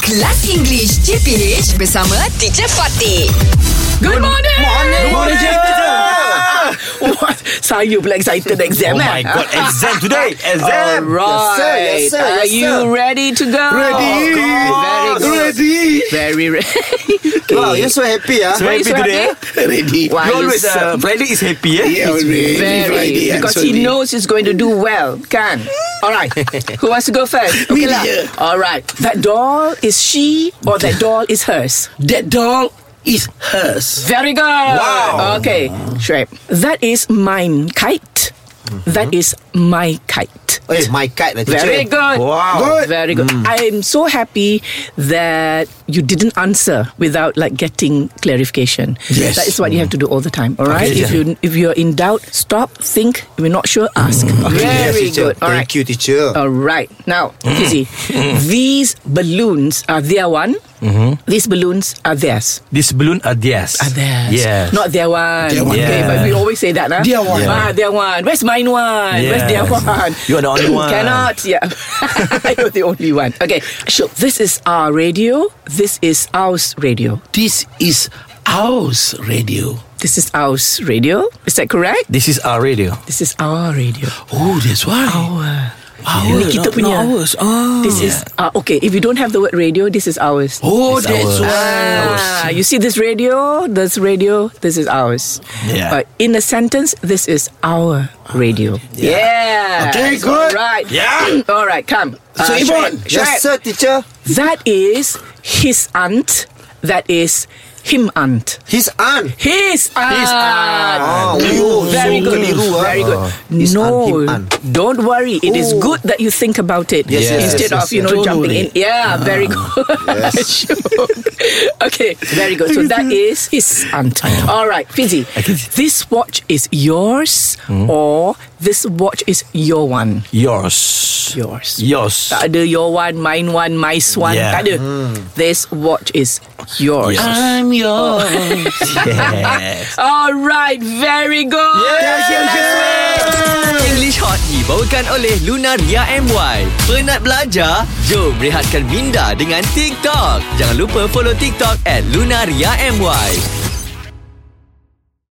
Kelas English CPH bersama Teacher Fatih. Good morning. Good morning, teacher. What? Saya pula excited exam Oh eh? my god, exam today. Exam. Alright. Yes, sir. Yes, sir. Are Yes, you sir. ready to go? Ready. Very good. Ready. Very ready. Wow, you're so happy ah. So Why you happy so today. happy? Ready. Why You you always so uh, Friday is happy eh? Yeah, already. very Friday, I'm because so he ready. knows he's going to do well. Can. All right. Who wants to go first? Me, lah. dear. All right. That doll is she or that doll is hers? That doll is hers. Very good. Wow. Okay. Sure. That is mine kite. That Mm-hmm. is my kite. Eh, my card lah teacher. Very good. Wow. Good. Very good. I am so happy that you didn't answer without like getting clarification. Yes. That is what you have to do all the time. All right. Okay, if you if you're in doubt, stop, think. If you're not sure, ask. Mm. Yes, Very teacher. good. All right. Thank you, Mm. teacher. All right. Now, Fizzy, these balloons are their one. Mm-hmm. These balloons are theirs. This balloon are theirs. Are theirs. Yes. Not their one. Their one. Okay, Yeah. but we always say that, nah? Their one. Ah, their one. Where's mine one? Where's their Yes. one? You are the only one. Cannot. Yeah. You're the only one. Okay. So this is our radio. This is ours radio. This is ours radio. This is ours radio. Is that correct? This is our radio. This is our radio. Oh, uh, that's why. Our. Our. Kita punya. Oh. This is uh, okay. If you don't have the word radio, this is ours. Oh, It's that's ours. why. Ah, you see this radio? This radio, this is ours. Yeah. But in a sentence, this is our radio. Yeah. Okay, good. Right. Yeah. All right, come. So, Uh, Yvonne. Shoaib, Yes, Shoaib. sir, teacher. That is his aunt. That is him aunt. His aunt. His aunt. Ah, oh, Very so good. keliru, ah. Very good. His aunt, No, him aunt. don't worry. It is Oh. good that you think about it Yes, yes, instead yes, of yes, Ah. you know yes. jumping in. Totally. Yeah, very good. Sure. okay, very good. So that is his aunt. All right, Fizzy. This watch is yours, or this watch is your one. Yours. Yours. Yours. Tak ada your one, mine one, my one. Yeah. Tak ada. This watch is yours. I'm yours. yes. All right, very good. English Hot dibawakan oleh Lunaria MY. Penat belajar? Jom rehatkan minda dengan TikTok. Jangan lupa follow TikTok at Lunaria MY.